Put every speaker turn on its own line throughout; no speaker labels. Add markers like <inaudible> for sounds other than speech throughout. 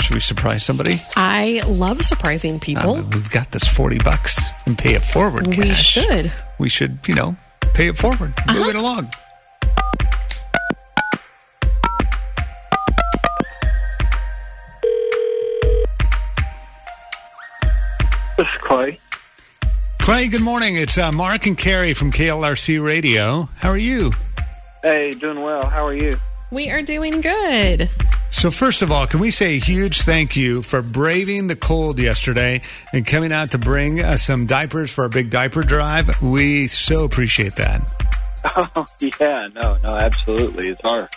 Should we surprise somebody?
I love surprising people.
Uh, we've got this 40 bucks and pay it forward.
We
Cash.
should. Uh-huh.
We should, you know, pay it forward. Move it along.
This is Clay.
Clay, good morning. It's uh, Mark and Carrie from KLRC Radio. How are you?
Hey, doing well. How are you? <laughs>
We are doing good.
So, first of all, can we say a huge thank you for braving the cold yesterday and coming out to bring uh, some diapers for our big diaper drive? We so appreciate that.
Oh, yeah. No, no, absolutely. It's our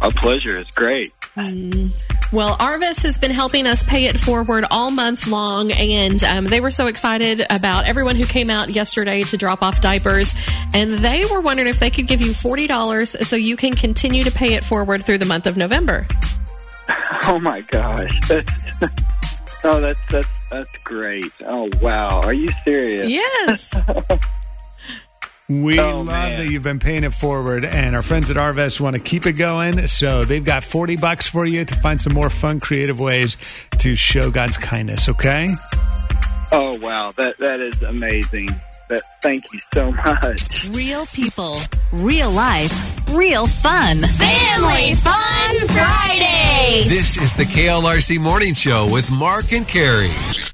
our pleasure. It's great. <laughs>
Well, Arvis has been helping us pay it forward all month long, and um, they were so excited about everyone who came out yesterday to drop off diapers. And they were wondering if they could give you $40 so you can continue to pay it forward through the month of November.
Oh my gosh. <laughs> That's, oh, that's that's that's great. Oh wow. Are you serious?
Yes.
We
Oh,
love
man.
that you've been paying it forward, and our friends at Arvest want to keep it going. So they've got 40 bucks for you to find some more fun, creative ways to show God's kindness, okay?
Oh wow. That that is amazing. That thank you so <laughs> much.
Real people, real life, real fun.
Family Fun Fridays.
This is the KLRC Morning Show with Mark and Carrie.